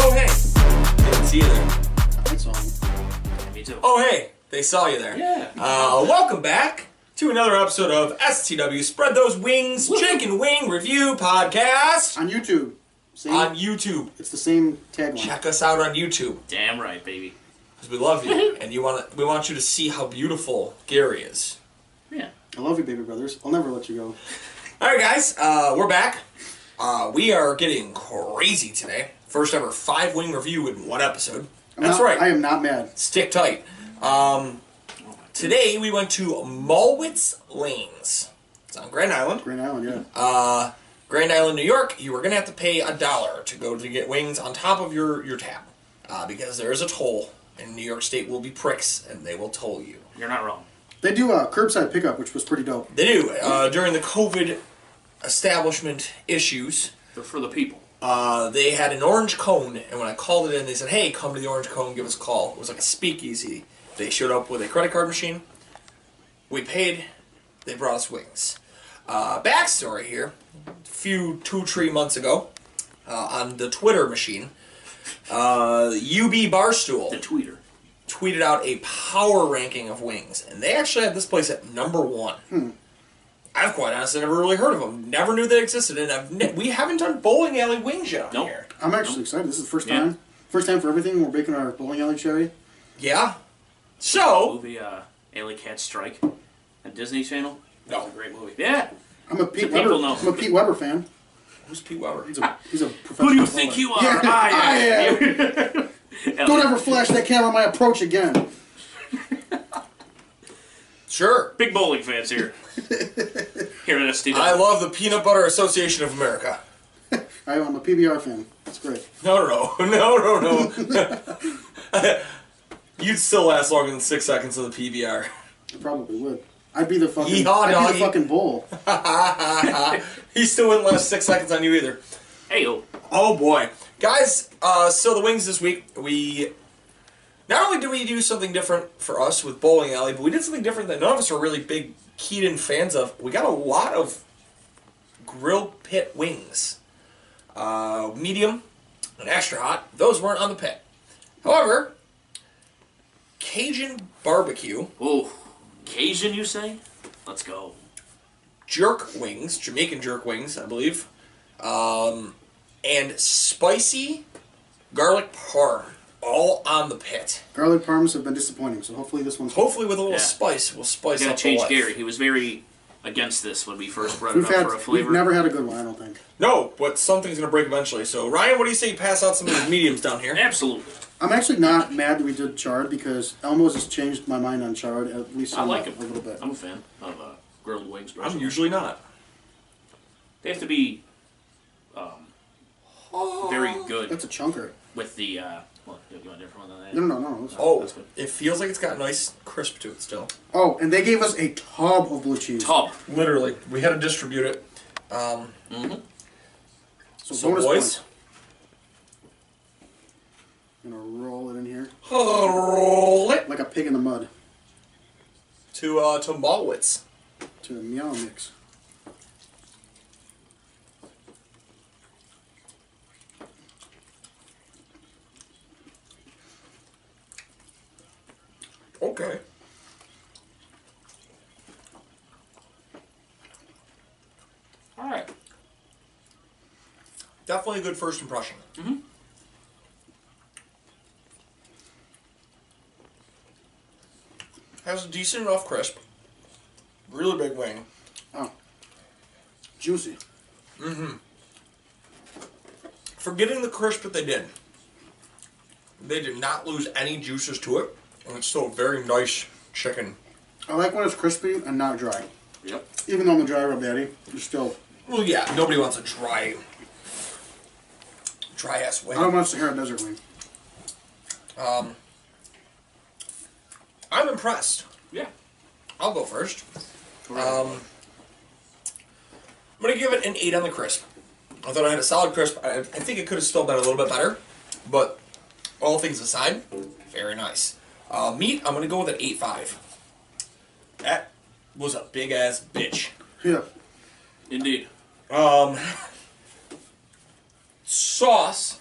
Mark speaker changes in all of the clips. Speaker 1: Oh hey! Didn't see you there.
Speaker 2: Me too.
Speaker 1: Oh hey! They saw you there.
Speaker 2: Yeah.
Speaker 1: Uh, welcome back to another episode of STW Spread Those Wings Chicken Wing Review Podcast
Speaker 3: on YouTube. See,
Speaker 1: on YouTube.
Speaker 3: it's the same tagline.
Speaker 1: Check us out on YouTube
Speaker 2: Damn right, baby.
Speaker 1: because we love you and you want we want you to see how beautiful Gary is.
Speaker 2: Yeah.
Speaker 3: I love you, baby brothers. I'll never let you go.
Speaker 1: All right, guys, uh, we're back. Uh, we are getting crazy today. First ever five wing review in one episode.
Speaker 3: I'm
Speaker 1: That's
Speaker 3: not-
Speaker 1: right.
Speaker 3: I am not mad.
Speaker 1: Stick tight. Um, today we went to Mulwitz Lanes. It's on Grand Island.
Speaker 3: Green Island, yeah.
Speaker 1: Uh, Grand Island, New York, you were going to have to pay a dollar to go to get wings on top of your, your tab uh, because there is a toll, and New York State will be pricks and they will toll you.
Speaker 2: You're not wrong.
Speaker 3: They do uh, curbside pickup, which was pretty dope.
Speaker 1: They do. Uh, during the COVID establishment issues,
Speaker 2: They're for the people.
Speaker 1: uh, they had an orange cone, and when I called it in, they said, "Hey, come to the orange cone, give us a call." It was like a speakeasy. They showed up with a credit card machine. We paid. They brought us wings. Uh, backstory here: a few two three months ago, uh, on the Twitter machine, uh, UB Barstool
Speaker 2: The tweeter.
Speaker 1: tweeted out a power ranking of wings, and they actually had this place at number one. I've quite honestly never really heard of them. Never knew they existed, and I've ne- we haven't done bowling alley wings yet on
Speaker 2: Nope.
Speaker 1: here.
Speaker 3: I'm actually excited. This is the first
Speaker 2: Yeah.
Speaker 3: time. First time for everything. We're baking our bowling alley cherry.
Speaker 1: Yeah. So
Speaker 2: Movie, uh, Alley Cat Strike. On Disney Channel.
Speaker 1: No.
Speaker 2: It's a great movie. Yeah.
Speaker 3: I'm a Pete
Speaker 2: The
Speaker 3: Weber.
Speaker 2: people know.
Speaker 3: I'm a Pete Weber fan.
Speaker 1: who's Pete Weber?
Speaker 3: He's a, he's a professional.
Speaker 2: Who do you think you are?
Speaker 3: Yeah, I
Speaker 2: am.
Speaker 3: Don't ever flash that camera on my approach again.
Speaker 1: Sure.
Speaker 2: Big bowling fans here. here at STW.
Speaker 1: I love the Peanut Butter Association of America.
Speaker 3: I am a PBR fan. That's great.
Speaker 1: No, no, no, no, no, no. You'd still last longer than six seconds of the PBR.
Speaker 3: I probably would. I'd be the fucking.
Speaker 1: Yeehaw,
Speaker 3: I'd be
Speaker 1: doggy.
Speaker 3: the fucking bull.
Speaker 1: He still wouldn't last six seconds on you either.
Speaker 2: hey, oh.
Speaker 1: Oh boy, guys! Uh, so the wings this week we not only do we do something different for us with bowling alley, but we did something different that none of us are really big Keaton fans of. We got a lot of grill pit wings, uh, medium and extra hot. Those weren't on the pit. However, Cajun barbecue
Speaker 2: Oh. Cajun, you say? Let's go.
Speaker 1: jerk wings, Jamaican jerk wings, I believe, um, and spicy garlic parm, all on the pit.
Speaker 3: Garlic parms have been disappointing, so hopefully this one's.
Speaker 1: Hopefully, with a little
Speaker 2: Yeah.
Speaker 1: spice, we'll spice
Speaker 2: We gotta
Speaker 1: up
Speaker 2: change
Speaker 1: the life.
Speaker 2: Gary. He was very against this when we first brought it
Speaker 3: We've
Speaker 2: up
Speaker 3: had.
Speaker 2: for a
Speaker 3: We've
Speaker 2: flavor.
Speaker 3: never had a good one. I don't think.
Speaker 1: No, but something's gonna break eventually. So Ryan, what do you say? You pass out some of these mediums down here.
Speaker 2: Absolutely.
Speaker 3: I'm actually not mad that we did Chard because Elmo's has changed my mind on Chard at least
Speaker 2: I
Speaker 3: somewhat,
Speaker 2: like him.
Speaker 3: a little bit.
Speaker 2: I'm a fan of uh, grilled wings.
Speaker 1: I'm
Speaker 2: personally.
Speaker 1: usually not.
Speaker 2: They have to be um, very good
Speaker 3: That's a chunker.
Speaker 2: with the. Uh, well, you want a different one than that?
Speaker 3: No, no, no, no. that's-
Speaker 1: Oh,
Speaker 2: That's good.
Speaker 1: it feels like it's got nice crisp to it still.
Speaker 3: Oh, and they gave us a tub of blue cheese.
Speaker 2: Top.
Speaker 1: Literally, we had to distribute it. Um,
Speaker 3: So,
Speaker 1: so
Speaker 3: bonus
Speaker 1: boys,
Speaker 3: point. I'm gonna roll it in here
Speaker 1: roll it
Speaker 3: like a pig in the mud
Speaker 1: to uh, to Malwitz.
Speaker 3: to the meow mix.
Speaker 1: Okay.
Speaker 2: All right.
Speaker 1: Definitely a good first impression. Has a decent enough crisp. Really big wing.
Speaker 3: Oh. Juicy.
Speaker 1: Forgetting the crisp that they did, they did not lose any juices to it, and it's still a very nice chicken.
Speaker 3: I like when it's crispy and not dry.
Speaker 2: Yep.
Speaker 3: Even though I'm a dry rub daddy, it's still.
Speaker 1: Well, yeah, nobody wants a dry, dry ass wing.
Speaker 3: I don't want a Sahara Desert wing.
Speaker 1: I'm impressed.
Speaker 2: Yeah.
Speaker 1: I'll go first. Um, I'm gonna give it an eight on the crisp. I thought I had a solid crisp. I, I think it could have still been a little bit better, but all things aside, very nice. Uh, meat, I'm gonna go with an eight five. That was a big ass bitch.
Speaker 3: Yeah.
Speaker 2: Indeed.
Speaker 1: Um, sauce.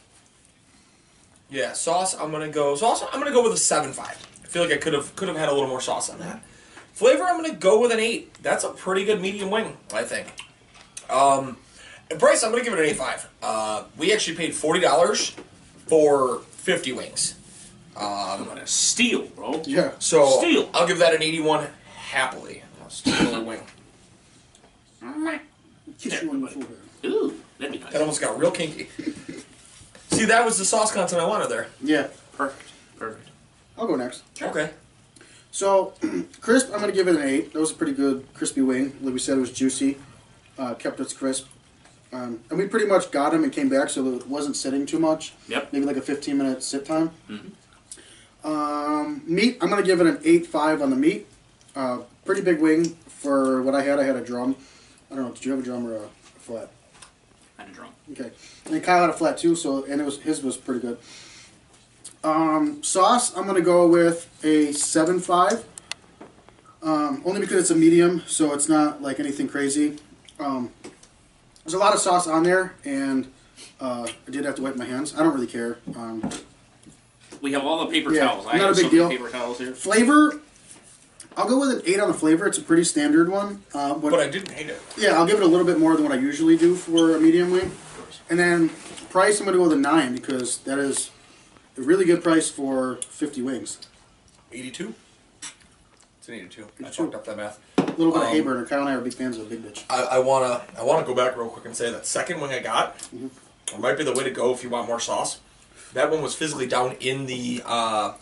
Speaker 1: Yeah, sauce. I'm gonna go sauce. I'm gonna go with a seven five. I feel like I could have could have had a little more sauce on that. Flavor. I'm gonna go with an eight. That's a pretty good medium wing, I think. Um, and price. I'm gonna give it an eight five. Uh, we actually paid forty dollars for fifty wings.
Speaker 2: I'm gonna steal, bro.
Speaker 3: Yeah.
Speaker 1: So
Speaker 2: Steal.
Speaker 1: I'll give that an eighty one happily. I'll steal a wing.
Speaker 3: Kiss you on the forehead.
Speaker 2: Ooh, that'd be nice.
Speaker 1: That almost got real kinky. See, that was the sauce content I wanted there.
Speaker 3: Yeah.
Speaker 2: Perfect. Perfect.
Speaker 3: I'll go next.
Speaker 1: Okay.
Speaker 3: So, crisp, I'm going to give it an 8. That was a pretty good crispy wing. Like we said, it was juicy, uh, kept its crisp. Um, and we pretty much got him and came back, so it wasn't sitting too much.
Speaker 2: Yep.
Speaker 3: Maybe like a 15 minute sit time. Um, meat, I'm going to give it an 8.5 on the meat. Uh, pretty big wing for what I had. I had a drum. I don't know, did you have a drum or a flat?
Speaker 2: I had a drum.
Speaker 3: Okay. And Kyle had a flat too, so and it was his was pretty good. Um, sauce, I'm gonna go with a seven five. Um, only because it's a medium, so it's not like anything crazy. Um, there's a lot of sauce on there, and uh, I did have to wipe my hands. I don't really care. Um,
Speaker 2: We have all the paper
Speaker 3: Yeah,
Speaker 2: towels. I
Speaker 3: not
Speaker 2: have
Speaker 3: a big
Speaker 2: some
Speaker 3: deal.
Speaker 2: paper towels here.
Speaker 3: flavor, I'll go with an eight on the flavor. It's a pretty standard one. Uh, but,
Speaker 1: But I didn't hate it.
Speaker 3: yeah, I'll give it a little bit more than what I usually do for a medium wing.
Speaker 2: Of course.
Speaker 3: And then price, I'm going to go with a nine because that is a really good price for 50 wings.
Speaker 1: 82? It's an 82. I
Speaker 3: 82.
Speaker 1: fucked up that math.
Speaker 3: A little bit
Speaker 1: Um,
Speaker 3: of Hayburner. Kyle and I are big fans of the Big Bitch.
Speaker 1: I, I wanna I wanna go back real quick and say that second wing I got it might be the way to go if you want more sauce. That one was physically down in the uh,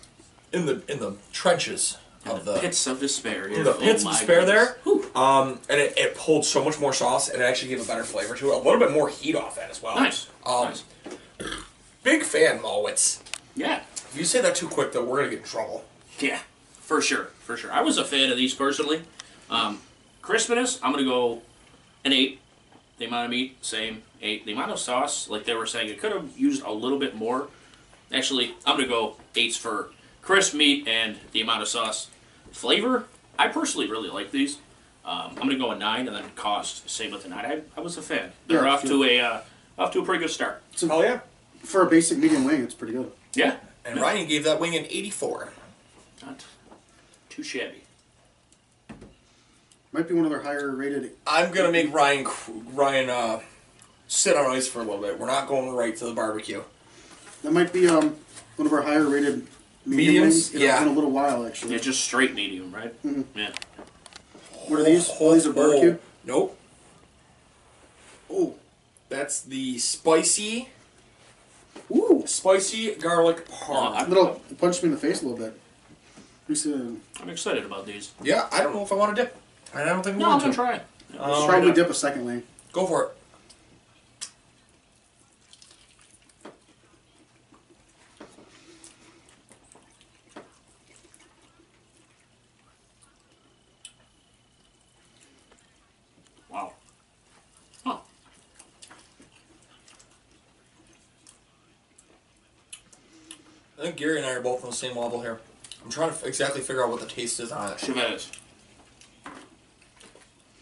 Speaker 1: in the in the trenches of the
Speaker 2: Pits of despair.
Speaker 1: in
Speaker 2: Here.
Speaker 1: the pits
Speaker 2: oh
Speaker 1: of
Speaker 2: my
Speaker 1: despair there.
Speaker 2: goodness.
Speaker 1: Um, and it, it pulled so much more sauce and it actually gave a better flavor to it. A little bit more heat off that as well.
Speaker 2: Nice.
Speaker 1: Um,
Speaker 2: nice.
Speaker 1: Big fan, Malwitz.
Speaker 2: Yeah.
Speaker 1: If you say that too quick, though, we're gonna get in trouble.
Speaker 2: Yeah. For sure. For sure. I was a fan of these personally. Um, crispiness, I'm gonna go an eight. The amount of meat, same eight. The amount of sauce, like they were saying, it could have used a little bit more. Actually, I'm gonna go eights for crisp meat and the amount of sauce. Flavor, I personally really like these. Um, I'm gonna go a nine, and then cost same with a nine. I, I was a fan. They're
Speaker 3: Yeah,
Speaker 2: off to a uh, off to a pretty good start.
Speaker 1: Hell yeah.
Speaker 3: For a basic medium wing, it's pretty good.
Speaker 2: Yeah,
Speaker 1: And Ryan gave that wing an 84.
Speaker 2: not too shabby.
Speaker 3: Might be one of their higher rated.
Speaker 1: I'm gonna make Ryan cr- Ryan uh, sit on ice for a little bit. We're not going right to the barbecue.
Speaker 3: That might be um, one of our higher rated medium
Speaker 1: Mediums?
Speaker 3: wings in,
Speaker 1: Yeah.
Speaker 3: in a little while, actually.
Speaker 2: Yeah, just straight medium, right? Yeah.
Speaker 3: What are these? Oh, these are barbecue?
Speaker 1: Nope.
Speaker 3: Oh.
Speaker 1: That's the spicy
Speaker 3: Ooh.
Speaker 1: spicy garlic parm.
Speaker 2: I-
Speaker 3: Little it punched me in the face a little bit. We
Speaker 1: Um,
Speaker 3: should
Speaker 2: I'm excited about these.
Speaker 1: Yeah, I don't know if I want to dip. I don't think I'm
Speaker 2: No, I'm
Speaker 1: going
Speaker 2: gonna
Speaker 1: to.
Speaker 2: try it.
Speaker 3: should probably dip a second wing.
Speaker 1: Go for it.
Speaker 2: Wow. Huh.
Speaker 1: I think Gary and I are both on the same level here. I'm trying to f- exactly figure out what the taste is on it.
Speaker 2: Chavez.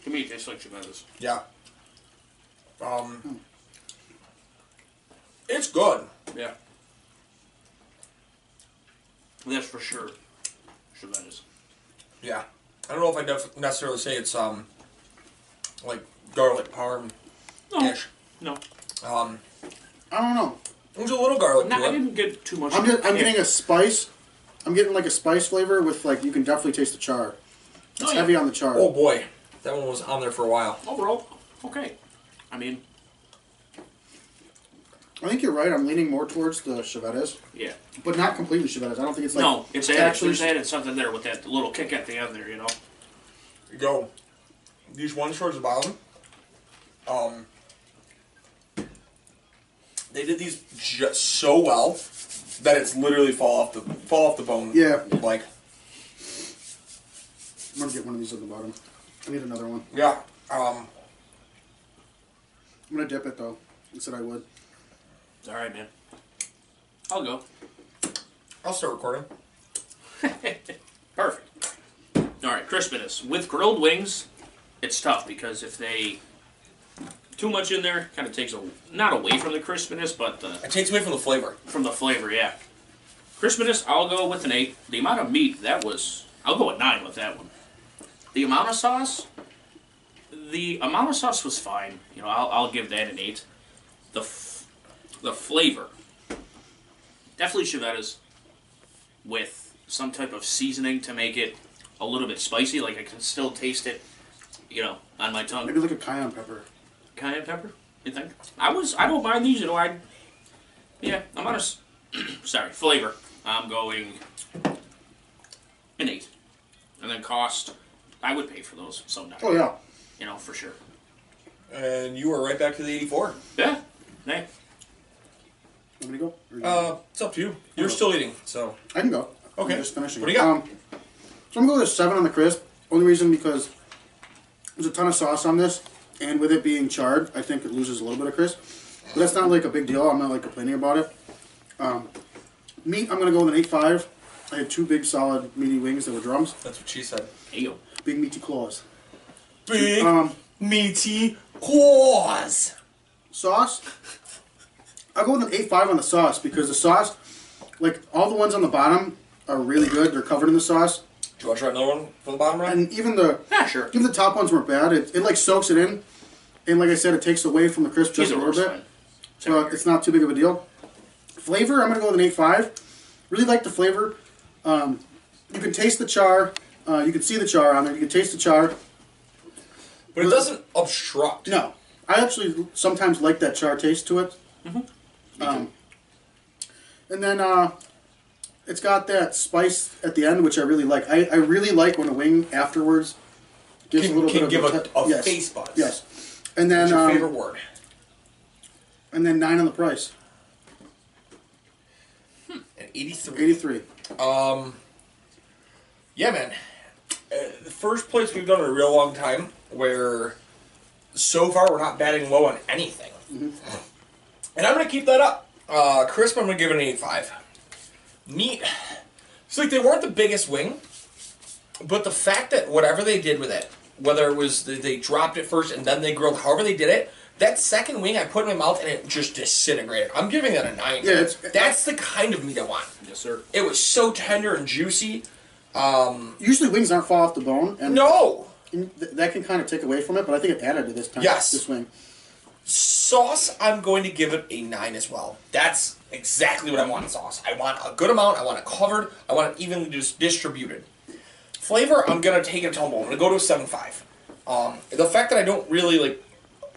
Speaker 2: To me, it tastes like Chavez.
Speaker 1: Yeah. Um. It's good.
Speaker 2: Yeah. That's for sure. Chavez.
Speaker 1: Yeah, I don't know if I def- necessarily say it's um like garlic parm
Speaker 2: No.
Speaker 1: ish.
Speaker 2: No.
Speaker 1: Um,
Speaker 3: I don't know.
Speaker 1: there's a little garlic
Speaker 2: No, I
Speaker 1: to it.
Speaker 2: didn't get too much.
Speaker 3: I'm, just, I'm
Speaker 2: Yeah.
Speaker 3: getting a spice I'm getting like a spice flavor with like you can definitely taste the char. It's
Speaker 2: Oh, yeah.
Speaker 3: heavy on the char.
Speaker 1: Oh boy, that one was on there for a while.
Speaker 2: Overall, okay. I mean,
Speaker 3: I think you're right. I'm leaning more towards the Chevettes,
Speaker 2: yeah.
Speaker 3: but not completely Chevettes. I don't think it's like
Speaker 2: no, it's added, there's added something there with that little kick at the end there, you know.
Speaker 1: You go. These ones towards the bottom. Um, they did these just so well that it's literally fall off the fall off the bone.
Speaker 3: Yeah.
Speaker 1: Like
Speaker 3: I'm gonna get one of these on the bottom. I need another one.
Speaker 1: yeah. Um,
Speaker 3: I'm gonna dip it though. I said I would.
Speaker 2: It's all right, man. I'll go.
Speaker 1: I'll start recording.
Speaker 2: Perfect. All right, crispiness with grilled wings. It's tough because if they too much in there, kind of takes a not away from the crispiness, but the
Speaker 1: It takes away from the flavor.
Speaker 2: from the flavor, yeah. Crispiness, I'll go with an eight. The amount of meat that was, I'll go with nine with that one. The amount of sauce, the amount of sauce was fine. You know, I'll, I'll give that an eight. The f- the flavor, definitely Chevetta's, with some type of seasoning to make it a little bit spicy. Like I can still taste it, you know, on my tongue
Speaker 3: Maybe like a cayenne pepper.
Speaker 2: cayenne pepper. You think? I was. I don't mind these. You know, I. Yeah, I'm on a. s- sorry, flavor. I'm going an eight, and then cost. I would pay for those sometime.
Speaker 3: Oh yeah.
Speaker 2: You know for sure.
Speaker 1: And you were right back to the 84.
Speaker 2: Yeah. Nay.
Speaker 3: I'm gonna go. Or you-
Speaker 1: Uh, it's up to you. You're still eating, so
Speaker 3: I can go.
Speaker 1: Okay.
Speaker 3: I'm just finishing.
Speaker 1: What do you got?
Speaker 3: Um, so I'm gonna go with a seven on the crisp. Only reason because there's a ton of sauce on this, and with it being charred, I think it loses a little bit of crisp. But that's not like a big deal. I'm not like complaining about it. Um, meat, I'm gonna go with an eight five. I had two big solid meaty wings that were drums,
Speaker 1: that's what she said.
Speaker 2: Hey yo.
Speaker 3: big meaty claws.
Speaker 1: Big
Speaker 3: Um,
Speaker 1: meaty claws.
Speaker 3: sauce. I'll go with an 8.5 on the sauce because the sauce, like all the ones on the bottom, are really good. They're covered in the sauce,
Speaker 1: Do you want to try another one from the bottom right?
Speaker 3: and even the
Speaker 2: Yeah, sure.
Speaker 3: even the top ones weren't bad. It, it like soaks it in, and like I said, it takes away from the crisp just
Speaker 2: She's
Speaker 3: a
Speaker 2: a
Speaker 3: little
Speaker 2: worse
Speaker 3: bit,
Speaker 2: one.
Speaker 3: but it's not too big of a deal. Flavor, I'm gonna go with an 8.5. Really like the flavor. Um, you can taste the char. Uh, you can see the char on there. You can taste the char.
Speaker 1: But it doesn't obstruct.
Speaker 3: No, I actually sometimes like that char taste to it.
Speaker 1: Mm-hmm.
Speaker 3: Um, and then uh, it's got that spice at the end, which I really like. I, I really like when a wing afterwards gives
Speaker 1: Can-
Speaker 3: a little
Speaker 1: can
Speaker 3: bit
Speaker 1: give
Speaker 3: of
Speaker 1: a-
Speaker 3: te-
Speaker 1: a face buzz.
Speaker 3: Yes, and
Speaker 1: What's
Speaker 3: then
Speaker 1: your
Speaker 3: um,
Speaker 1: favorite word?
Speaker 3: and then nine on the price,
Speaker 1: An 83.
Speaker 3: eighty three.
Speaker 1: Um, yeah, man. Uh, the first place we've done in a real long time where so far we're not batting low on anything.
Speaker 3: Mm-hmm.
Speaker 1: And I'm going to keep that up. Uh, crisp, I'm going to give it an 85. Meat. It's like they weren't the biggest wing, but the fact that whatever they did with it, whether it was they, they dropped it first and then they grilled, however they did it, that second wing I put in my mouth and it just disintegrated. I'm giving that a 9.
Speaker 3: Yeah, it's-
Speaker 1: That's the kind of meat I want.
Speaker 2: Yes, sir.
Speaker 1: It was so tender and juicy.
Speaker 3: Usually wings aren't fall off the bone, and
Speaker 1: No!
Speaker 3: th- that can kind of take away from it. But I think it added to this time.
Speaker 1: Yes.
Speaker 3: this wing.
Speaker 1: Sauce, I'm going to give it a 9 as well. That's exactly what I want in sauce. I want a good amount, I want it covered, I want it evenly dis- distributed. Flavor, I'm going to take a tumble. I'm going to go to a 7.5. Um, the fact that I don't really like.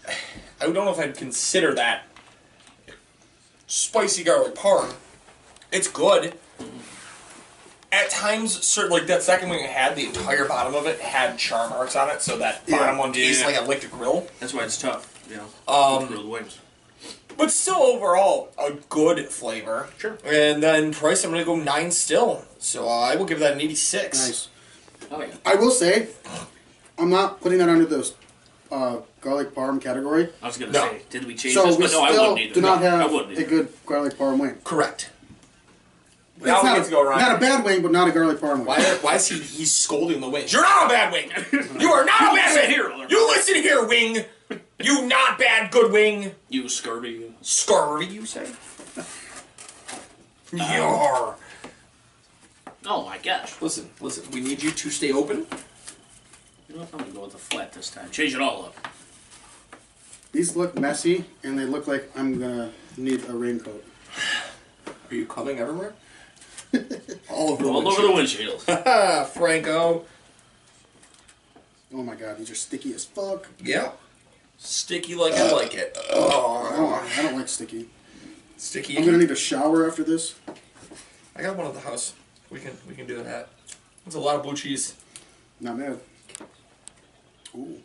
Speaker 1: I don't know if I'd consider that spicy garlic parm. It's good. At times, certain like that second wing I had, the entire bottom of it had char marks on it, so that bottom one tastes
Speaker 2: Yeah.
Speaker 1: like I licked a grill.
Speaker 2: That's why it's tough. You know. Um. Grilled wings.
Speaker 1: But still, overall, a good flavor.
Speaker 2: Sure.
Speaker 1: And then price, I'm going to go nine still. So I will give that an 86.
Speaker 3: Nice.
Speaker 2: Oh yeah.
Speaker 3: I will say, I'm not putting that under the uh, garlic parm category.
Speaker 2: I was gonna
Speaker 1: No.
Speaker 2: say, did we change
Speaker 3: So
Speaker 2: this?
Speaker 3: we
Speaker 2: But no, I
Speaker 3: still
Speaker 2: wouldn't either.
Speaker 3: do not
Speaker 2: No, I
Speaker 3: have
Speaker 2: wouldn't
Speaker 3: a
Speaker 2: either.
Speaker 3: good garlic parm wing.
Speaker 1: Correct.
Speaker 3: It's
Speaker 1: Now we
Speaker 3: not,
Speaker 1: get to go
Speaker 3: a,
Speaker 1: around.
Speaker 3: not a bad wing, but not a garlic parm wing.
Speaker 1: why, why is he he's scolding the wings? You're not a bad wing! You are not a bad
Speaker 2: listen
Speaker 1: wing!
Speaker 2: here.
Speaker 1: You listen here, wing! You not bad, good wing!
Speaker 2: You scurvy.
Speaker 1: Scurvy, you say? Um, Yar.
Speaker 2: Oh my gosh.
Speaker 1: Listen, listen, we need you to stay open.
Speaker 2: You know what? I'm gonna go with the flat this time. Change it all up.
Speaker 3: These look messy, and they look like I'm gonna need a raincoat.
Speaker 1: Are you coming everywhere? All over the
Speaker 2: All over the windshield.
Speaker 1: Ah, Franco.
Speaker 3: Oh my god, these are sticky as fuck.
Speaker 1: Yeah. Sticky like
Speaker 3: Uh,
Speaker 1: I like it.
Speaker 3: I
Speaker 1: Oh,
Speaker 3: don't, I don't like sticky.
Speaker 1: sticky.
Speaker 3: I'm gonna need a shower after this.
Speaker 1: I got one at the house. We can we can do that. It's a lot of blue cheese.
Speaker 3: Not bad. Ooh.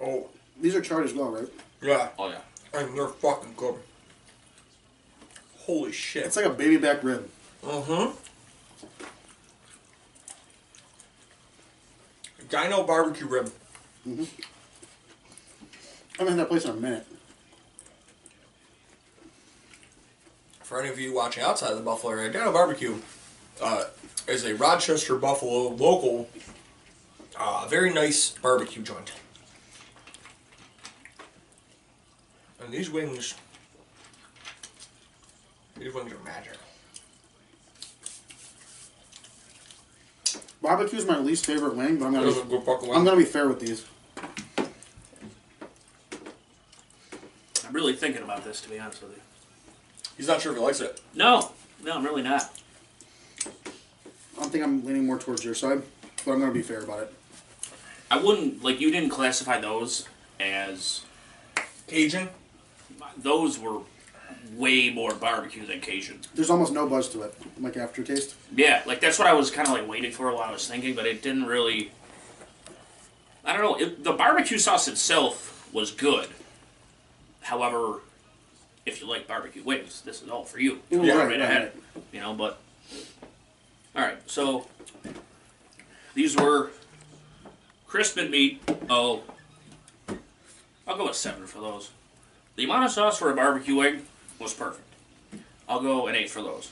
Speaker 1: Oh.
Speaker 3: These are charred as well, right?
Speaker 1: Yeah.
Speaker 2: Oh yeah.
Speaker 1: And they're fucking good. Holy shit.
Speaker 3: It's like a baby back rib.
Speaker 1: Mm-hmm. Dino barbecue rib.
Speaker 3: I haven't had that place in a minute.
Speaker 1: For any of you watching outside of the Buffalo area, Dino Barbecue uh, is a Rochester, Buffalo local, uh, very nice barbecue joint. And these wings, these wings are magic.
Speaker 3: Barbecue is my least favorite wing, but I'm gonna
Speaker 1: Those are
Speaker 3: be,
Speaker 1: good fucking
Speaker 3: I'm
Speaker 1: wings.
Speaker 3: gonna be fair with these.
Speaker 2: I'm really thinking about this to be honest with you.
Speaker 1: He's not sure if he likes it.
Speaker 2: No, no, I'm really not.
Speaker 3: I think I'm leaning more towards your side, but I'm gonna be fair about it.
Speaker 2: I wouldn't like you didn't classify those as
Speaker 1: Cajun.
Speaker 2: those were way more barbecue than Cajun.
Speaker 3: There's almost no buzz to it, like aftertaste.
Speaker 2: Yeah, like that's what I was kind of like waiting for while I was thinking, but it didn't really. I don't know. It, the barbecue sauce itself was good. However, if you like barbecue wings, this is all for you.
Speaker 3: Ooh,
Speaker 2: yeah,
Speaker 3: right,
Speaker 2: right, ahead.
Speaker 3: right.
Speaker 2: You know, but all right. So these were crisp and meat. Oh, I'll go with seven for those. The amount of sauce for a barbecue wing was perfect. I'll go an eight for those.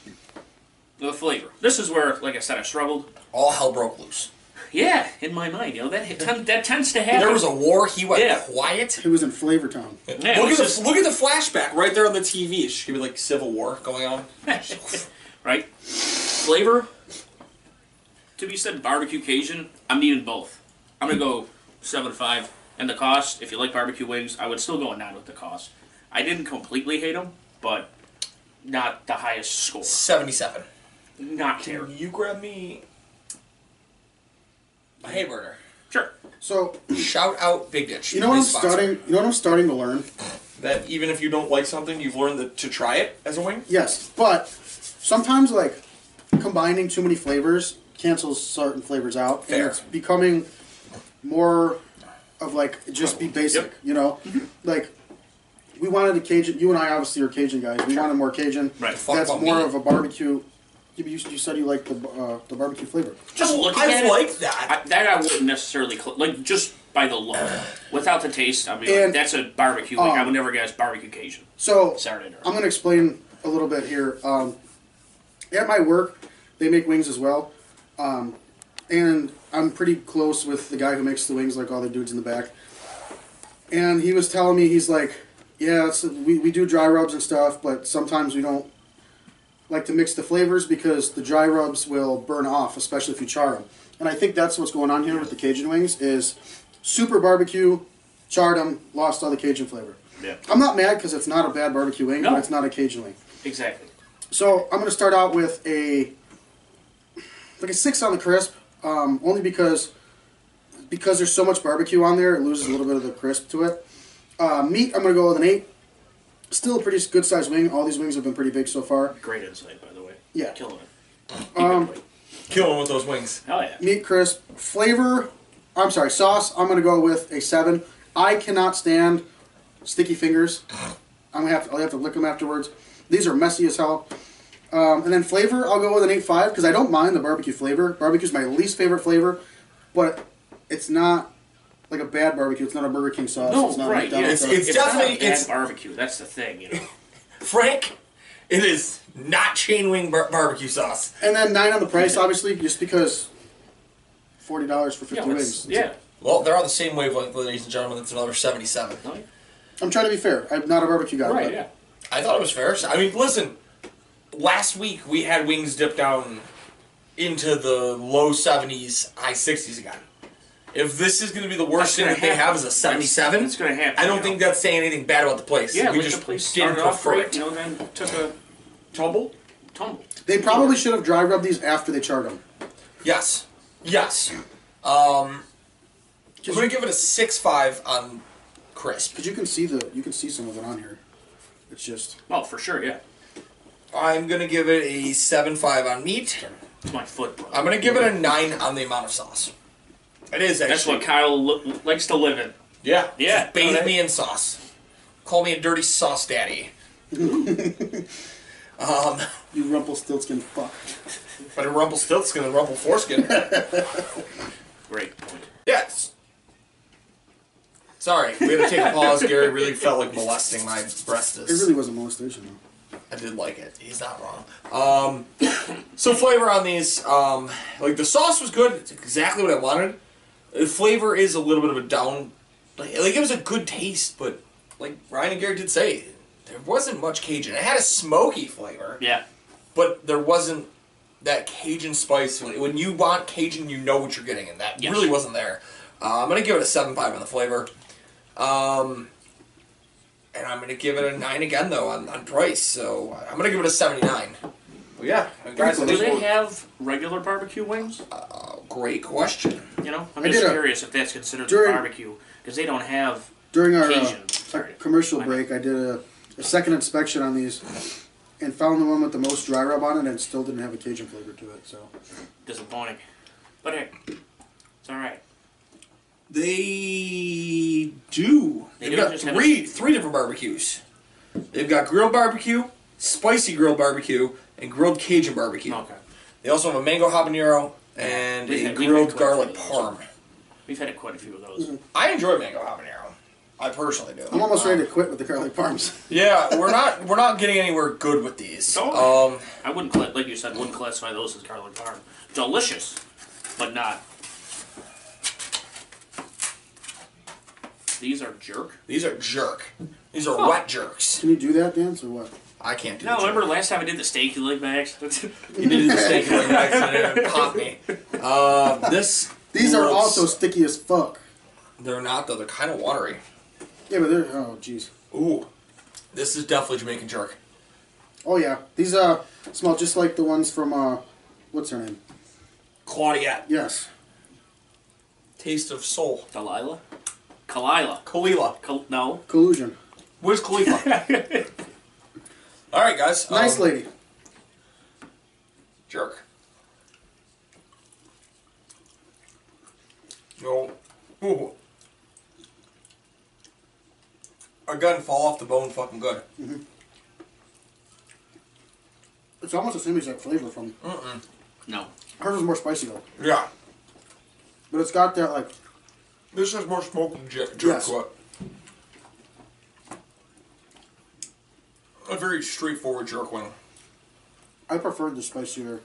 Speaker 2: The flavor. This is where, like I said, I struggled.
Speaker 1: All hell broke loose.
Speaker 2: Yeah, in my mind, you know that ten, that tends to happen.
Speaker 1: There was a war. He went
Speaker 2: Yeah.
Speaker 1: quiet.
Speaker 3: It was in Flavor Town.
Speaker 2: Yeah,
Speaker 1: look at
Speaker 2: it's
Speaker 1: the
Speaker 2: just-
Speaker 1: look at the flashback right there on the TV. It should be like civil war going on.
Speaker 2: right? Flavor. To be said, barbecue Cajun. I'm needing both. I'm gonna go seven five. And the cost, if you like barbecue wings, I would still go a nine with the cost. I didn't completely hate them, but not the highest score.
Speaker 1: Seventy-seven.
Speaker 2: Not there.
Speaker 1: You grab me a hay burner.
Speaker 2: Sure.
Speaker 3: So
Speaker 1: Shout out Big Ditch.
Speaker 3: you know what I'm
Speaker 1: Please sponsor.
Speaker 3: starting. You know what I'm starting to learn.
Speaker 1: That even if you don't like something, you've learned that to try it as a wing.
Speaker 3: Yes, but sometimes like combining too many flavors cancels certain flavors out,
Speaker 1: Fair.
Speaker 3: and it's becoming more of like just be basic.
Speaker 2: Yep. Mm-hmm.
Speaker 3: You know, like we wanted a Cajun. You and I obviously are Cajun guys. We wanted more Cajun.
Speaker 2: Right.
Speaker 1: Fuck
Speaker 3: That's
Speaker 1: about
Speaker 3: more
Speaker 1: me.
Speaker 3: of a barbecue. You, you said you like the uh, the barbecue flavor.
Speaker 2: Just
Speaker 1: Oh,
Speaker 2: looking
Speaker 1: I
Speaker 2: at it,
Speaker 1: like that.
Speaker 2: I, that I wouldn't necessarily cl- like just by the look, without the taste. I mean, like,
Speaker 3: And-
Speaker 2: that's a barbecue. Like I
Speaker 3: um,
Speaker 2: would never guess barbecue Cajun.
Speaker 3: So
Speaker 2: Saturday dinner.
Speaker 3: I'm going to explain a little bit here. Um, at my work, they make wings as well, um, and I'm pretty close with the guy who makes the wings, like all the dudes in the back. And he was telling me he's like, yeah, it's, we we do dry rubs and stuff, but sometimes we don't like to mix the flavors because the dry rubs will burn off, especially if you char them. And I think that's what's going on here with the Cajun wings is super barbecue, charred them, lost all the Cajun flavor.
Speaker 2: Yeah.
Speaker 3: I'm not mad because it's not a bad barbecue wing,
Speaker 2: No.
Speaker 3: but it's not a Cajun wing.
Speaker 2: Exactly.
Speaker 3: So I'm going to start out with a like a six on the crisp, um, only because because there's so much barbecue on there, it loses a little bit of the crisp to it. Uh, meat, I'm going to go with an eight. Still a pretty good sized wing. All these wings have been pretty big so far.
Speaker 2: Great insight, by the way.
Speaker 3: Yeah.
Speaker 2: Killing it.
Speaker 3: Um,
Speaker 2: Keep it.
Speaker 1: Killing with those wings.
Speaker 2: Hell yeah.
Speaker 3: Meat crisp flavor. I'm sorry, sauce. I'm going to go with a seven. I cannot stand sticky fingers. I'm gonna have to, I'll have to lick them afterwards. These are messy as hell. Um, and then flavor, I'll go with an eight five because I don't mind the barbecue flavor. Barbecue's my least favorite flavor, but it's not like a bad barbecue. It's not a Burger King sauce.
Speaker 2: No,
Speaker 3: it's not
Speaker 2: right. Yeah,
Speaker 3: McDonald's sauce.
Speaker 1: It's definitely-
Speaker 2: not a bad
Speaker 1: it's-
Speaker 2: barbecue. That's the thing, you know.
Speaker 1: Frank, it is not chain wing bar- barbecue sauce.
Speaker 3: and then nine on the price, obviously, just because forty dollars for
Speaker 2: Yeah,
Speaker 3: fifty wings.
Speaker 2: it's- yeah.
Speaker 1: Well, they're on the same wavelength, ladies and gentlemen. It's another seventy-seven.
Speaker 2: No, yeah.
Speaker 3: I'm trying to be fair. I'm not a barbecue guy.
Speaker 2: Right.
Speaker 3: but
Speaker 2: Yeah.
Speaker 1: I thought it was fair. I mean, listen. Last week we had wings dip down into the low seventies, high sixties again. If this is going to be the worst
Speaker 2: That's
Speaker 1: thing
Speaker 2: gonna
Speaker 1: that they
Speaker 2: happen.
Speaker 1: have is a 77,
Speaker 2: That's gonna happen,
Speaker 1: I don't
Speaker 2: you
Speaker 1: think
Speaker 2: know.
Speaker 1: that's saying anything bad about the place.
Speaker 2: Yeah,
Speaker 1: we
Speaker 2: like
Speaker 1: just
Speaker 2: the police
Speaker 1: didn't
Speaker 2: started off
Speaker 1: prefer
Speaker 2: great,
Speaker 1: it.
Speaker 2: you know, then took a
Speaker 1: Tumble?
Speaker 2: tumble.
Speaker 3: They probably should have dry rubbed these after they charred them.
Speaker 1: Yes. Yes. Um, I'm going to give it a 6.5 on crisp.
Speaker 3: Cause you can see the you can see some of it on here. It's just
Speaker 2: Well, for sure, yeah.
Speaker 1: I'm going to give it a 7.5 on meat.
Speaker 2: It's my foot, bro.
Speaker 1: I'm going to give it a 9 on the amount of sauce. It is actually.
Speaker 2: That's what Kyle lo- likes to live in.
Speaker 1: Yeah.
Speaker 2: Yeah,
Speaker 1: Just bathe
Speaker 2: alright.
Speaker 1: me in sauce. Call me a dirty sauce daddy.
Speaker 3: you Rumpelstiltskin fuck.
Speaker 1: But a rumple stiltskin and rumple foreskin.
Speaker 2: Great point.
Speaker 1: Yes. Sorry, we had to take a pause. Gary really felt like molesting my breast.
Speaker 3: It really wasn't molestation though.
Speaker 1: I did like it. He's not wrong. Um, so flavor on these, um, like the sauce was good. It's exactly what I wanted. The flavor is a little bit of a down. Like, like it was a good taste, but like Ryan and Gary did say, there wasn't much Cajun. It had a smoky flavor,
Speaker 2: Yeah.
Speaker 1: but there wasn't that Cajun spice. When, when you want Cajun, you know what you're getting, and that
Speaker 2: Yes.
Speaker 1: really wasn't there. Uh, I'm gonna give it a seven five on the flavor, um, and I'm gonna give it a nine again though on, on price. So I'm gonna give it a seventy nine. Well, yeah, guys,
Speaker 3: close.
Speaker 2: Do
Speaker 1: those
Speaker 2: they
Speaker 1: were-
Speaker 2: have regular barbecue wings?
Speaker 1: great question.
Speaker 2: You know, I'm
Speaker 3: I
Speaker 2: just
Speaker 3: did a-
Speaker 2: curious if that's considered
Speaker 3: during-
Speaker 2: barbecue because they don't have
Speaker 3: During our, uh,
Speaker 2: Cajun.
Speaker 3: our
Speaker 2: Sorry.
Speaker 3: commercial
Speaker 2: I know.
Speaker 3: break, I did a, a second inspection on these, and found the one with the most dry rub on it, and still didn't have a Cajun flavor to it. So
Speaker 2: disappointing. But hey, it's all right.
Speaker 1: They do.
Speaker 2: They
Speaker 1: They've
Speaker 2: do
Speaker 1: got
Speaker 2: just have
Speaker 1: three
Speaker 2: a-
Speaker 1: three different barbecues. They've got grilled barbecue, spicy grilled barbecue, and grilled Cajun barbecue.
Speaker 2: Okay.
Speaker 1: They also have a mango habanero and
Speaker 2: We've
Speaker 1: a
Speaker 2: had- we've had
Speaker 1: grilled
Speaker 2: quite a
Speaker 1: garlic
Speaker 2: few of
Speaker 1: parm.
Speaker 2: We've had quite a few of those.
Speaker 1: I enjoy mango habanero. I personally do.
Speaker 3: I'm almost ready to quit with the garlic parms.
Speaker 1: Yeah, we're not we're not getting anywhere good with these.
Speaker 2: Don't.
Speaker 1: Um,
Speaker 2: I wouldn't, cla- like you said, wouldn't classify those as garlic parm. Delicious, but not. These are jerk.
Speaker 1: these are jerk. These are
Speaker 2: Huh.
Speaker 1: wet jerks.
Speaker 3: Can you do that dance or what?
Speaker 1: I can't do.
Speaker 2: No,
Speaker 1: jerk.
Speaker 2: remember last time I did the steak you like by accident?
Speaker 1: you did the steak and it popped me. Uh, this
Speaker 3: These are
Speaker 1: rules-
Speaker 3: also sticky as fuck.
Speaker 1: they're not though. They're kind of watery.
Speaker 3: Yeah, but they're oh jeez.
Speaker 1: Ooh, this is definitely Jamaican jerk.
Speaker 3: Oh yeah, these uh smell just like the ones from uh, what's her name?
Speaker 1: Claudiette,
Speaker 3: Yes,
Speaker 1: taste of soul.
Speaker 2: Delilah? Kalila.
Speaker 1: Kalila,
Speaker 2: Kal- no.
Speaker 3: collusion.
Speaker 1: where's Khalifa? All right, guys. um,
Speaker 3: Nice lady.
Speaker 1: jerk. No. Ooh. A gun fall off the bone fucking good.
Speaker 3: It's almost the same exact flavor from
Speaker 2: No.
Speaker 3: hers. Is more spicy though,
Speaker 1: Yeah.
Speaker 3: but it's got that like
Speaker 1: This is more smoking jerk, jerk
Speaker 3: Yes.
Speaker 1: to it. A very straightforward jerk one.
Speaker 3: I preferred the spicier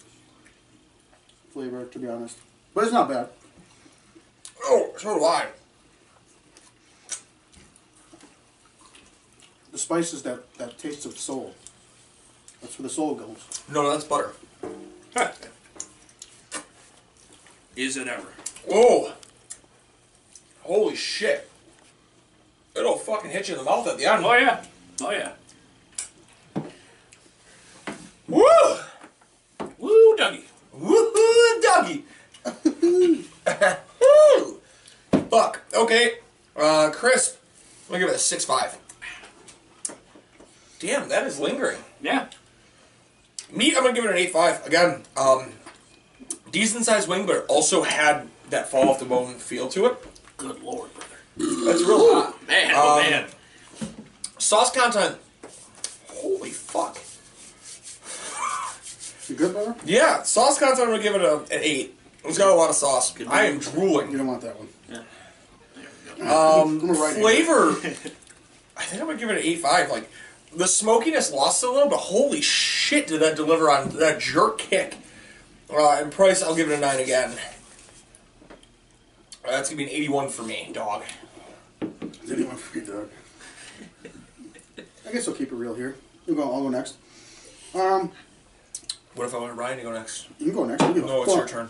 Speaker 3: flavor to be honest, but it's not bad.
Speaker 1: Oh, so do I.
Speaker 3: The spice is that that taste of soul. That's where the soul goes.
Speaker 1: No, that's butter.
Speaker 2: Is it ever?
Speaker 1: Oh. Holy shit. It'll fucking hit you in the mouth at the end.
Speaker 2: Oh, yeah. Oh, yeah.
Speaker 1: Woo!
Speaker 2: Woo, Dougie.
Speaker 1: Woohoo, doggy! Woo! Fuck. Okay. Uh, crisp. I'm gonna give it a six five. Damn, that is lingering.
Speaker 2: Yeah.
Speaker 1: Meat, I'm gonna give it an eight five. Again, um, decent sized wing, but it also had that fall off the bone feel to it.
Speaker 2: Good lord, brother.
Speaker 1: That's real hot.
Speaker 2: Man, oh,
Speaker 1: Um,
Speaker 2: man.
Speaker 1: Sauce content. Holy fuck.
Speaker 3: You good, brother?
Speaker 1: Yeah, sauce content. I'm gonna give it a, an eight. It's got a lot of sauce. I am drooling.
Speaker 3: You don't want that one.
Speaker 1: Um,
Speaker 3: Um, I'm a right-hander.
Speaker 1: flavor. I think I'm gonna give it an eight five. Like the smokiness lost a little, but holy shit, did that deliver on that jerk kick? Uh, and price, I'll give it a nine again. Uh, that's gonna be an eighty-one for me, dog.
Speaker 3: Is anyone free, Doug? I guess I'll keep it real here. You go. I'll go next. Um,
Speaker 1: What if I want Ryan to go next?
Speaker 3: you can go next. You can
Speaker 1: No, it's your turn.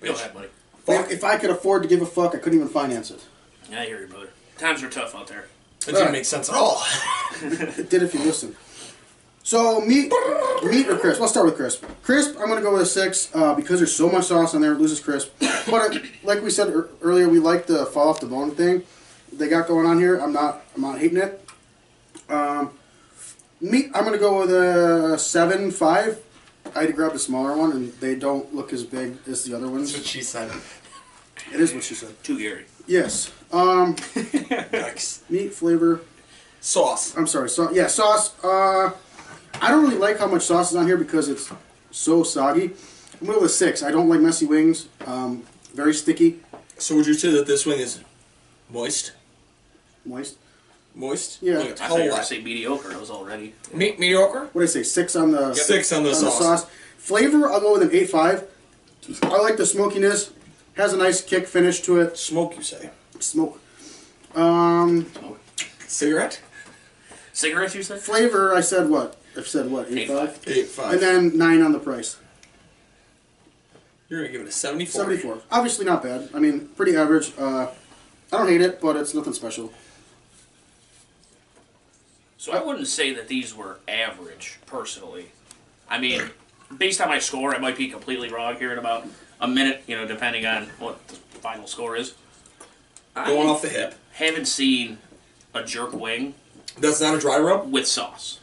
Speaker 2: We don't have money.
Speaker 3: If, if I could afford to give a fuck, I couldn't even finance it.
Speaker 2: Yeah, I hear you, brother. Times are tough out there.
Speaker 1: It didn't make sense at all.
Speaker 3: It did if you listen. So meat, meat or crisp? Let's start with crisp. Crisp, I'm gonna go with a six uh, because there's so much sauce on there, it loses crisp. But it, like we said ear- earlier, we like the fall off the bone thing they got going on here. I'm not, I'm not hating it. Um, meat, I'm gonna go with a seven five. I had to grab the smaller one, and they don't look as big as the other ones.
Speaker 1: That's what she said.
Speaker 3: It is what she said.
Speaker 2: Too Gary.
Speaker 3: Yes. Um,
Speaker 1: Yikes.
Speaker 3: meat flavor.
Speaker 1: Sauce.
Speaker 3: I'm sorry. So yeah, sauce. Uh, I don't really like how much sauce is on here because it's so soggy. I'm going with a six. I don't like messy wings. Um, very sticky,
Speaker 1: So would you say that this wing is moist?
Speaker 3: moist.
Speaker 1: Moist?
Speaker 3: Yeah.
Speaker 1: Like a
Speaker 3: I
Speaker 2: I thought you were
Speaker 1: towel.
Speaker 2: gonna say mediocre. I was already.
Speaker 1: Me- mediocre?
Speaker 3: What did I say? Six on the
Speaker 1: Six on the sauce.
Speaker 3: Flavor. I'll go with an eight five. I like the smokiness. Has a nice kick finish to it.
Speaker 1: Smoke, you say?
Speaker 3: Smoke.
Speaker 1: Cigarette?
Speaker 2: Cigarettes, you said?
Speaker 3: Flavor. I said what? I said what? Eight five.
Speaker 1: Eight five.
Speaker 3: And then nine on the price.
Speaker 1: You're gonna give it a 74.
Speaker 3: 74. Obviously not bad. I mean, pretty average. Uh, I don't hate it, but it's nothing special.
Speaker 2: So I wouldn't say that these were average, personally. I mean, based on my score, I might be completely wrong here in about a minute, you know, depending on what the final score is. I
Speaker 1: Going off the hip.
Speaker 2: haven't seen a jerk wing
Speaker 1: That's not a dry rub.
Speaker 2: with sauce.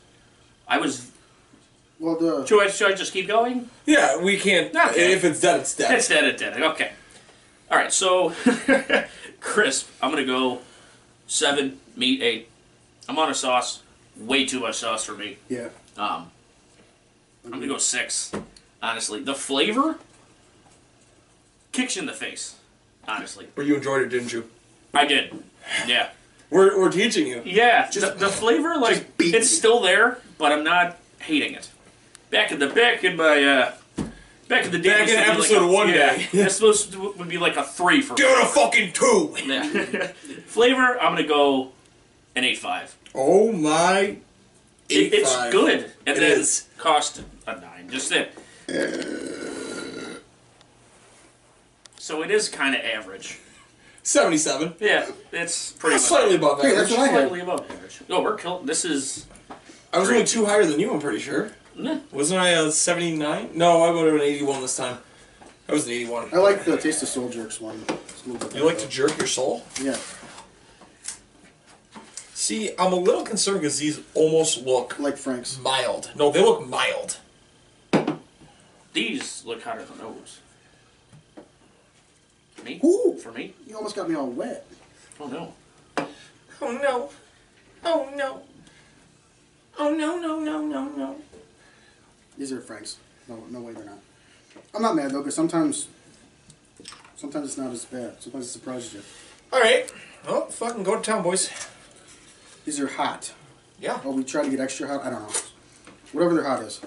Speaker 2: I was.
Speaker 3: Well, the
Speaker 2: Should I, should I just keep going?
Speaker 1: Yeah, we can't.
Speaker 2: Okay.
Speaker 1: If it's dead, it's dead.
Speaker 2: That's dead, it did it. Okay. All right, so crisp. I'm gonna go seven meat eight. I'm on a sauce. Way too much sauce for me.
Speaker 3: yeah.
Speaker 2: Um, I'm gonna go six. Honestly, the flavor kicks you in the face. Honestly,
Speaker 1: But you enjoyed it, didn't you?
Speaker 2: I did. Yeah,
Speaker 1: We're, we're teaching you.
Speaker 2: yeah. Just, the, the flavor, like
Speaker 3: beat
Speaker 2: it's
Speaker 3: me.
Speaker 2: still there, but I'm not hating it. Back in the back in my uh, back in the day,
Speaker 1: Back
Speaker 2: this
Speaker 1: in
Speaker 2: would be
Speaker 1: episode
Speaker 2: like a,
Speaker 1: one
Speaker 2: yeah,
Speaker 1: day.
Speaker 2: this was would be like a three for me.
Speaker 1: Give it a fucking two.
Speaker 2: Yeah. flavor, I'm gonna go an eight five.
Speaker 1: Oh my.
Speaker 2: It, it's
Speaker 1: five.
Speaker 2: good, and
Speaker 1: It
Speaker 2: then
Speaker 1: is.
Speaker 2: cost a nine. Just it. So it is kind of average.
Speaker 1: 77.
Speaker 2: Yeah, it's pretty much
Speaker 1: Slightly above
Speaker 3: Hey,
Speaker 1: average.
Speaker 3: that's what I had.
Speaker 2: slightly above average. No, we're kill. This is
Speaker 1: I was only two higher than you, I'm pretty sure.
Speaker 2: Nah.
Speaker 1: Wasn't I uh, a 79? No, I would have been 81 this time. I was an 81.
Speaker 3: I like the Taste of Soul Jerks one. It's a little bit
Speaker 1: You like to
Speaker 3: better.
Speaker 1: jerk your soul?
Speaker 3: Yeah.
Speaker 1: See, I'm a little concerned because these almost look
Speaker 3: I like Frank's.
Speaker 1: mild. No, they look mild.
Speaker 2: these look hotter than those. Me
Speaker 3: Ooh.
Speaker 2: for me?
Speaker 3: You almost got me all wet.
Speaker 2: Oh no.
Speaker 1: Oh no. Oh no. Oh no, no, no, no, no.
Speaker 3: These are Frank's. No, no way they're not. I'm not mad though, because sometimes, sometimes it's not as bad. Sometimes it surprises you.
Speaker 1: Alright. Well, fucking go to town, boys.
Speaker 3: These are hot.
Speaker 1: Yeah.
Speaker 3: Oh, we try to get extra hot. I don't know. Whatever their hot is.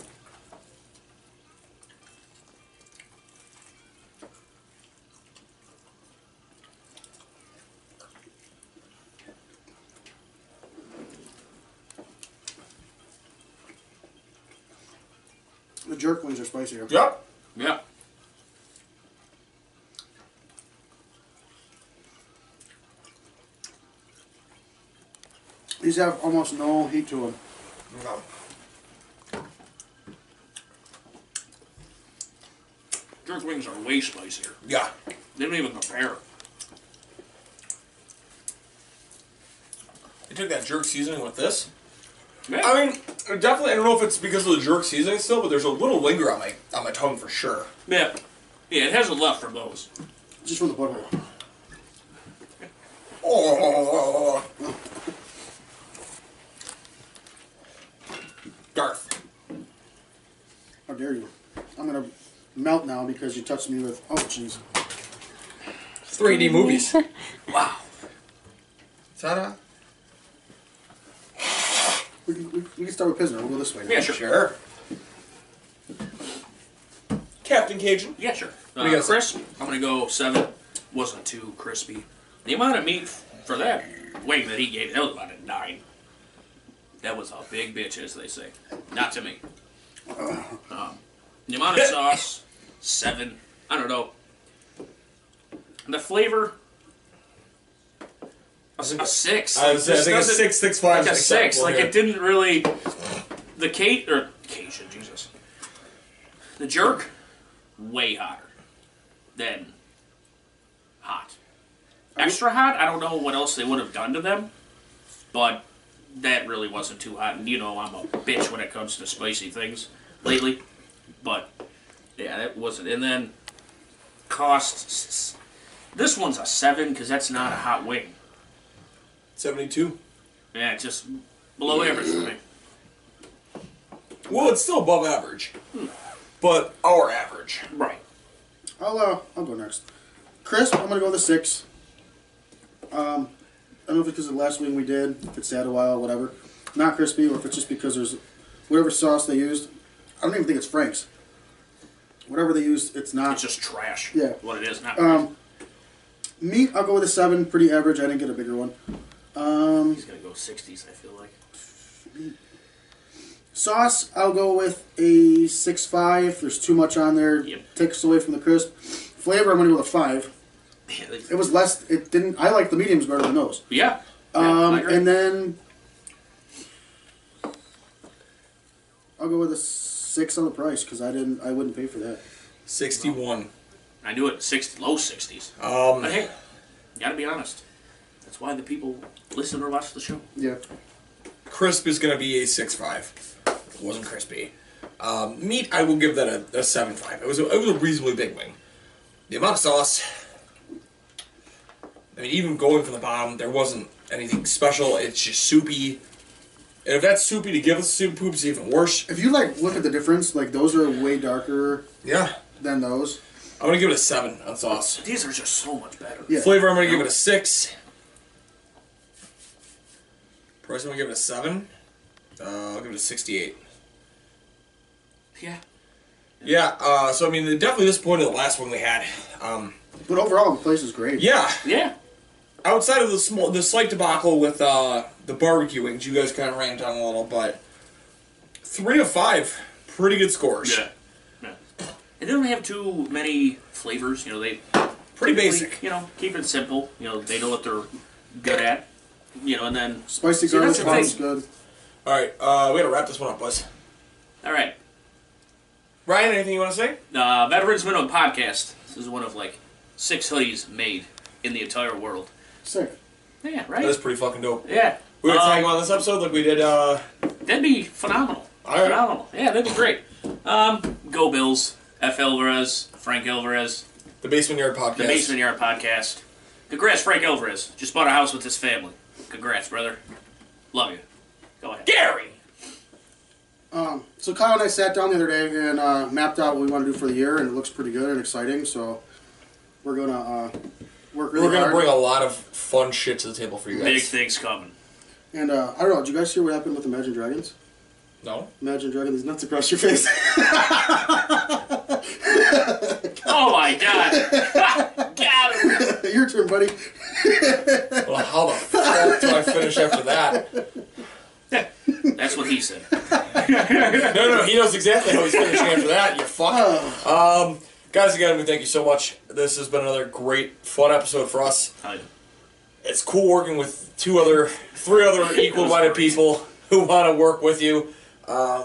Speaker 3: The jerk wings are spicier.
Speaker 1: Yep.
Speaker 2: Yeah.
Speaker 3: These have almost no heat to them.
Speaker 1: No.
Speaker 2: Jerk wings are way spicier.
Speaker 1: Yeah.
Speaker 2: They don't even compare.
Speaker 1: They took that jerk seasoning with this.
Speaker 2: Yeah.
Speaker 1: I mean, definitely. I don't know if it's because of the jerk seasoning still, but there's a little linger on my on my tongue for sure.
Speaker 2: yeah. Yeah, it has a left from those.
Speaker 3: Just from the butthole.
Speaker 1: Oh. Garth.
Speaker 3: How dare you? I'm gonna melt now because you touched me with. Oh, jeez.
Speaker 1: 3D movies.
Speaker 2: Wow.
Speaker 1: Ta-da.
Speaker 3: We can, we, we can start with Pisner. We'll go this way. now.
Speaker 2: Yeah, sure.
Speaker 1: Sure. Captain Cajun.
Speaker 2: Yeah, sure.
Speaker 1: do you
Speaker 2: Uh,
Speaker 1: guys say?
Speaker 2: crisp. I'm gonna go seven. Wasn't too crispy. The amount of meat for that wing that he gave that was about a nine. That was a big bitch, as they say. Not to me.
Speaker 1: Uh.
Speaker 2: Um, the amount of sauce, seven. I don't know. The flavor, a, a six.
Speaker 1: I was
Speaker 2: This
Speaker 1: saying, I think a
Speaker 2: doesn't-
Speaker 1: six, six five.
Speaker 2: like a
Speaker 1: is
Speaker 2: six.
Speaker 1: acceptable
Speaker 2: Like
Speaker 1: here.
Speaker 2: it didn't really. The Kate or Cajun, Jesus. The jerk, way hotter than hot. Extra hot. I don't know what else they would have done to them, but that really wasn't too hot. And you know I'm a bitch when it comes to spicy things lately, but yeah, that wasn't. And then cost. This one's a seven because that's not a hot wing.
Speaker 1: Seventy-two.
Speaker 2: Yeah, it's just below average for me.
Speaker 4: Well, it's still above average, but our average.
Speaker 2: Right.
Speaker 3: I'll uh, I'll go next. Crisp, I'm gonna go with a six. Um, I don't know if it's because of the last wing we did, if it sat a while, whatever. Not crispy, or if it's just because there's whatever sauce they used. I don't even think it's Frank's. Whatever they used, it's not.
Speaker 2: It's just trash.
Speaker 3: Yeah.
Speaker 2: What it is now.
Speaker 3: Um, meat, I'll go with a seven, pretty average. I didn't get a bigger one.
Speaker 2: He's gonna go sixties. I feel like.
Speaker 3: Sauce, I'll go with a six five. There's too much on there.
Speaker 2: Yep.
Speaker 3: Takes away from the crisp. Flavor, I'm gonna go with a five.
Speaker 2: Yeah.
Speaker 3: It was less. It didn't. I like the mediums better than those.
Speaker 2: yeah.
Speaker 3: Um,
Speaker 2: I agree.
Speaker 3: and then I'll go with a six on the price because I didn't. I wouldn't pay for that.
Speaker 4: Sixty-one.
Speaker 2: I knew it. Sixty, low sixties.
Speaker 1: Oh,
Speaker 4: Um,
Speaker 2: But hey, gotta be honest. That's why the people listen or watch the show.
Speaker 3: Yeah.
Speaker 1: Crisp is gonna be a six five. It wasn't crispy. Um, meat, I will give that a, a seven five. It was a, it was a reasonably big wing. The amount of sauce. I mean, even going from the bottom, there wasn't anything special. It's just soupy. And if that's soupy to give us soup poop, it's even worse.
Speaker 3: If you like look at the difference, like those are way darker
Speaker 1: Yeah.
Speaker 3: than those.
Speaker 1: I'm gonna give it a seven on sauce.
Speaker 2: These are just so much better.
Speaker 3: Yeah.
Speaker 1: Flavor, I'm gonna give it a six. Price, I'm gonna give it a seven. Uh, I'll give it a sixty-eight.
Speaker 2: Yeah.
Speaker 1: Yeah. Uh, so I mean, they're definitely disappointed in the last one we had. Um,
Speaker 3: But overall, the place is great.
Speaker 1: yeah.
Speaker 2: Yeah.
Speaker 1: Outside of the small, the slight debacle with uh, the barbecue wings, you guys kind of ramped on a little, but three of five, pretty good scores.
Speaker 2: Yeah. And they don't have too many flavors. You know, they
Speaker 1: Pretty
Speaker 2: typically,
Speaker 1: basic.
Speaker 2: You know, keep it simple. You know, they know what they're good at. You know, and then
Speaker 3: Spicy
Speaker 2: See,
Speaker 3: garlic
Speaker 2: that's the
Speaker 3: bomb is
Speaker 2: thing.
Speaker 3: good.
Speaker 1: All right. Uh, we gotta wrap this one up, Buzz.
Speaker 2: all right.
Speaker 1: Ryan, anything you want to say?
Speaker 2: Uh, Veterans Minimum Podcast. This is one of like six hoodies made in the entire world.
Speaker 3: Sick.
Speaker 2: Yeah,
Speaker 1: That's
Speaker 2: right?
Speaker 1: pretty fucking dope.
Speaker 2: Yeah.
Speaker 1: We were
Speaker 2: Um,
Speaker 1: talking about this episode like we did. Uh,
Speaker 2: That'd be phenomenal.
Speaker 1: All right.
Speaker 2: Phenomenal. Yeah, that'd be great. Um, go Bills. F. Alvarez, Frank Alvarez,
Speaker 1: The Basement Yard Podcast.
Speaker 2: the Basement Yard Podcast. Congrats, Frank Alvarez. Just bought a house with his family. Congrats, brother. Love you. Go ahead. Gary!
Speaker 3: Um, so Kyle and I sat down the other day and uh, mapped out what we want to do for the year, and it looks pretty good and exciting. So we're gonna uh, work really
Speaker 1: We're gonna
Speaker 3: hard.
Speaker 1: bring a lot of fun shit to the table for you
Speaker 2: Big
Speaker 1: guys.
Speaker 2: things coming.
Speaker 3: and uh, I don't know. Did you guys hear what happened with Imagine Dragons?
Speaker 1: No.
Speaker 3: Imagine Dragons nuts across your face.
Speaker 2: Oh my god! Got him!
Speaker 3: your turn, buddy.
Speaker 1: Well, how the fuck do I finish after that?
Speaker 2: That's what he said.
Speaker 1: No, no, he knows exactly how he's finishing after that. You fuck. Um, guys, again, we thank you so much. This has been another great, fun episode for us.
Speaker 2: Hi.
Speaker 1: It's cool working with two other, three other equal-minded people who want to work with you. Um,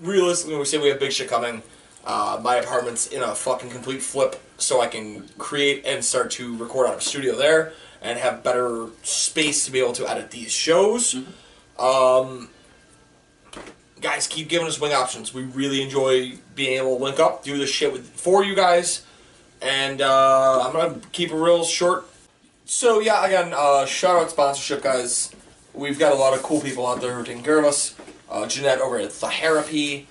Speaker 1: realistically, we say we have big shit coming. Uh, my apartment's in a fucking complete flip, so I can create and start to record out of a studio there and have better space to be able to edit these shows. Um, guys, keep giving us wing options. We really enjoy being able to link up, do this shit with for you guys, and uh, I'm gonna keep it real short. So yeah, again, uh, shout out sponsorship, guys. We've got a lot of cool people out there who are taking care of us. Uh, Jeanette over at Therapy,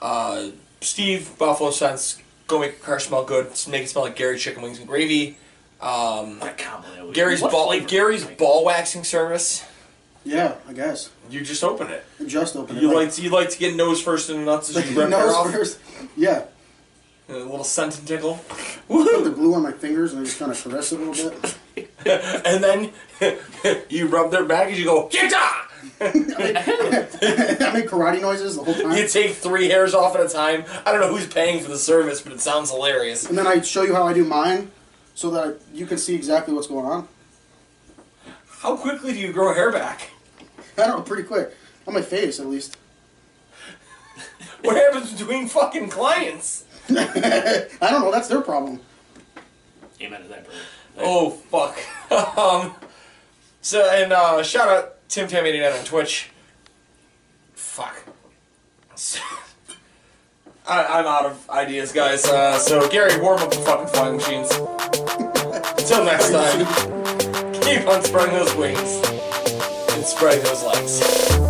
Speaker 1: uh, Steve Buffalo Sense. Go make your car smell good. Make it smell like Gary chicken wings and gravy. Um,
Speaker 2: What a compliment. What
Speaker 1: Gary's ball,
Speaker 2: flavor?
Speaker 1: Gary's ball waxing service.
Speaker 3: Yeah, I guess.
Speaker 1: You just open it.
Speaker 3: Just open it.
Speaker 1: You like to, you like to get nose first in the nuts as you rip her
Speaker 3: nose
Speaker 1: off.
Speaker 3: first. Yeah.
Speaker 1: A little scent and tickle,
Speaker 3: Put the glue on my fingers and I just kind of caress it a little bit.
Speaker 1: and then you rub their back as you go. Kita!
Speaker 3: I make karate noises the whole time.
Speaker 1: You take three hairs off at a time. I don't know who's paying for the service, but it sounds hilarious.
Speaker 3: and then I show you how I do mine. so that you can see exactly what's going on.
Speaker 1: How quickly do you grow hair back?
Speaker 3: I don't know, pretty quick. On my face, at least.
Speaker 1: What happens between fucking clients?
Speaker 3: I don't know. That's their problem.
Speaker 2: Amen to that, brother.
Speaker 1: Oh fuck. um, so and uh, shout out Tim Tam 89 on Twitch. Fuck. I, I'm out of ideas, guys. Uh, so Gary, warm up the fucking flying machines. Till next time, keep on spreading those wings and spreading those legs.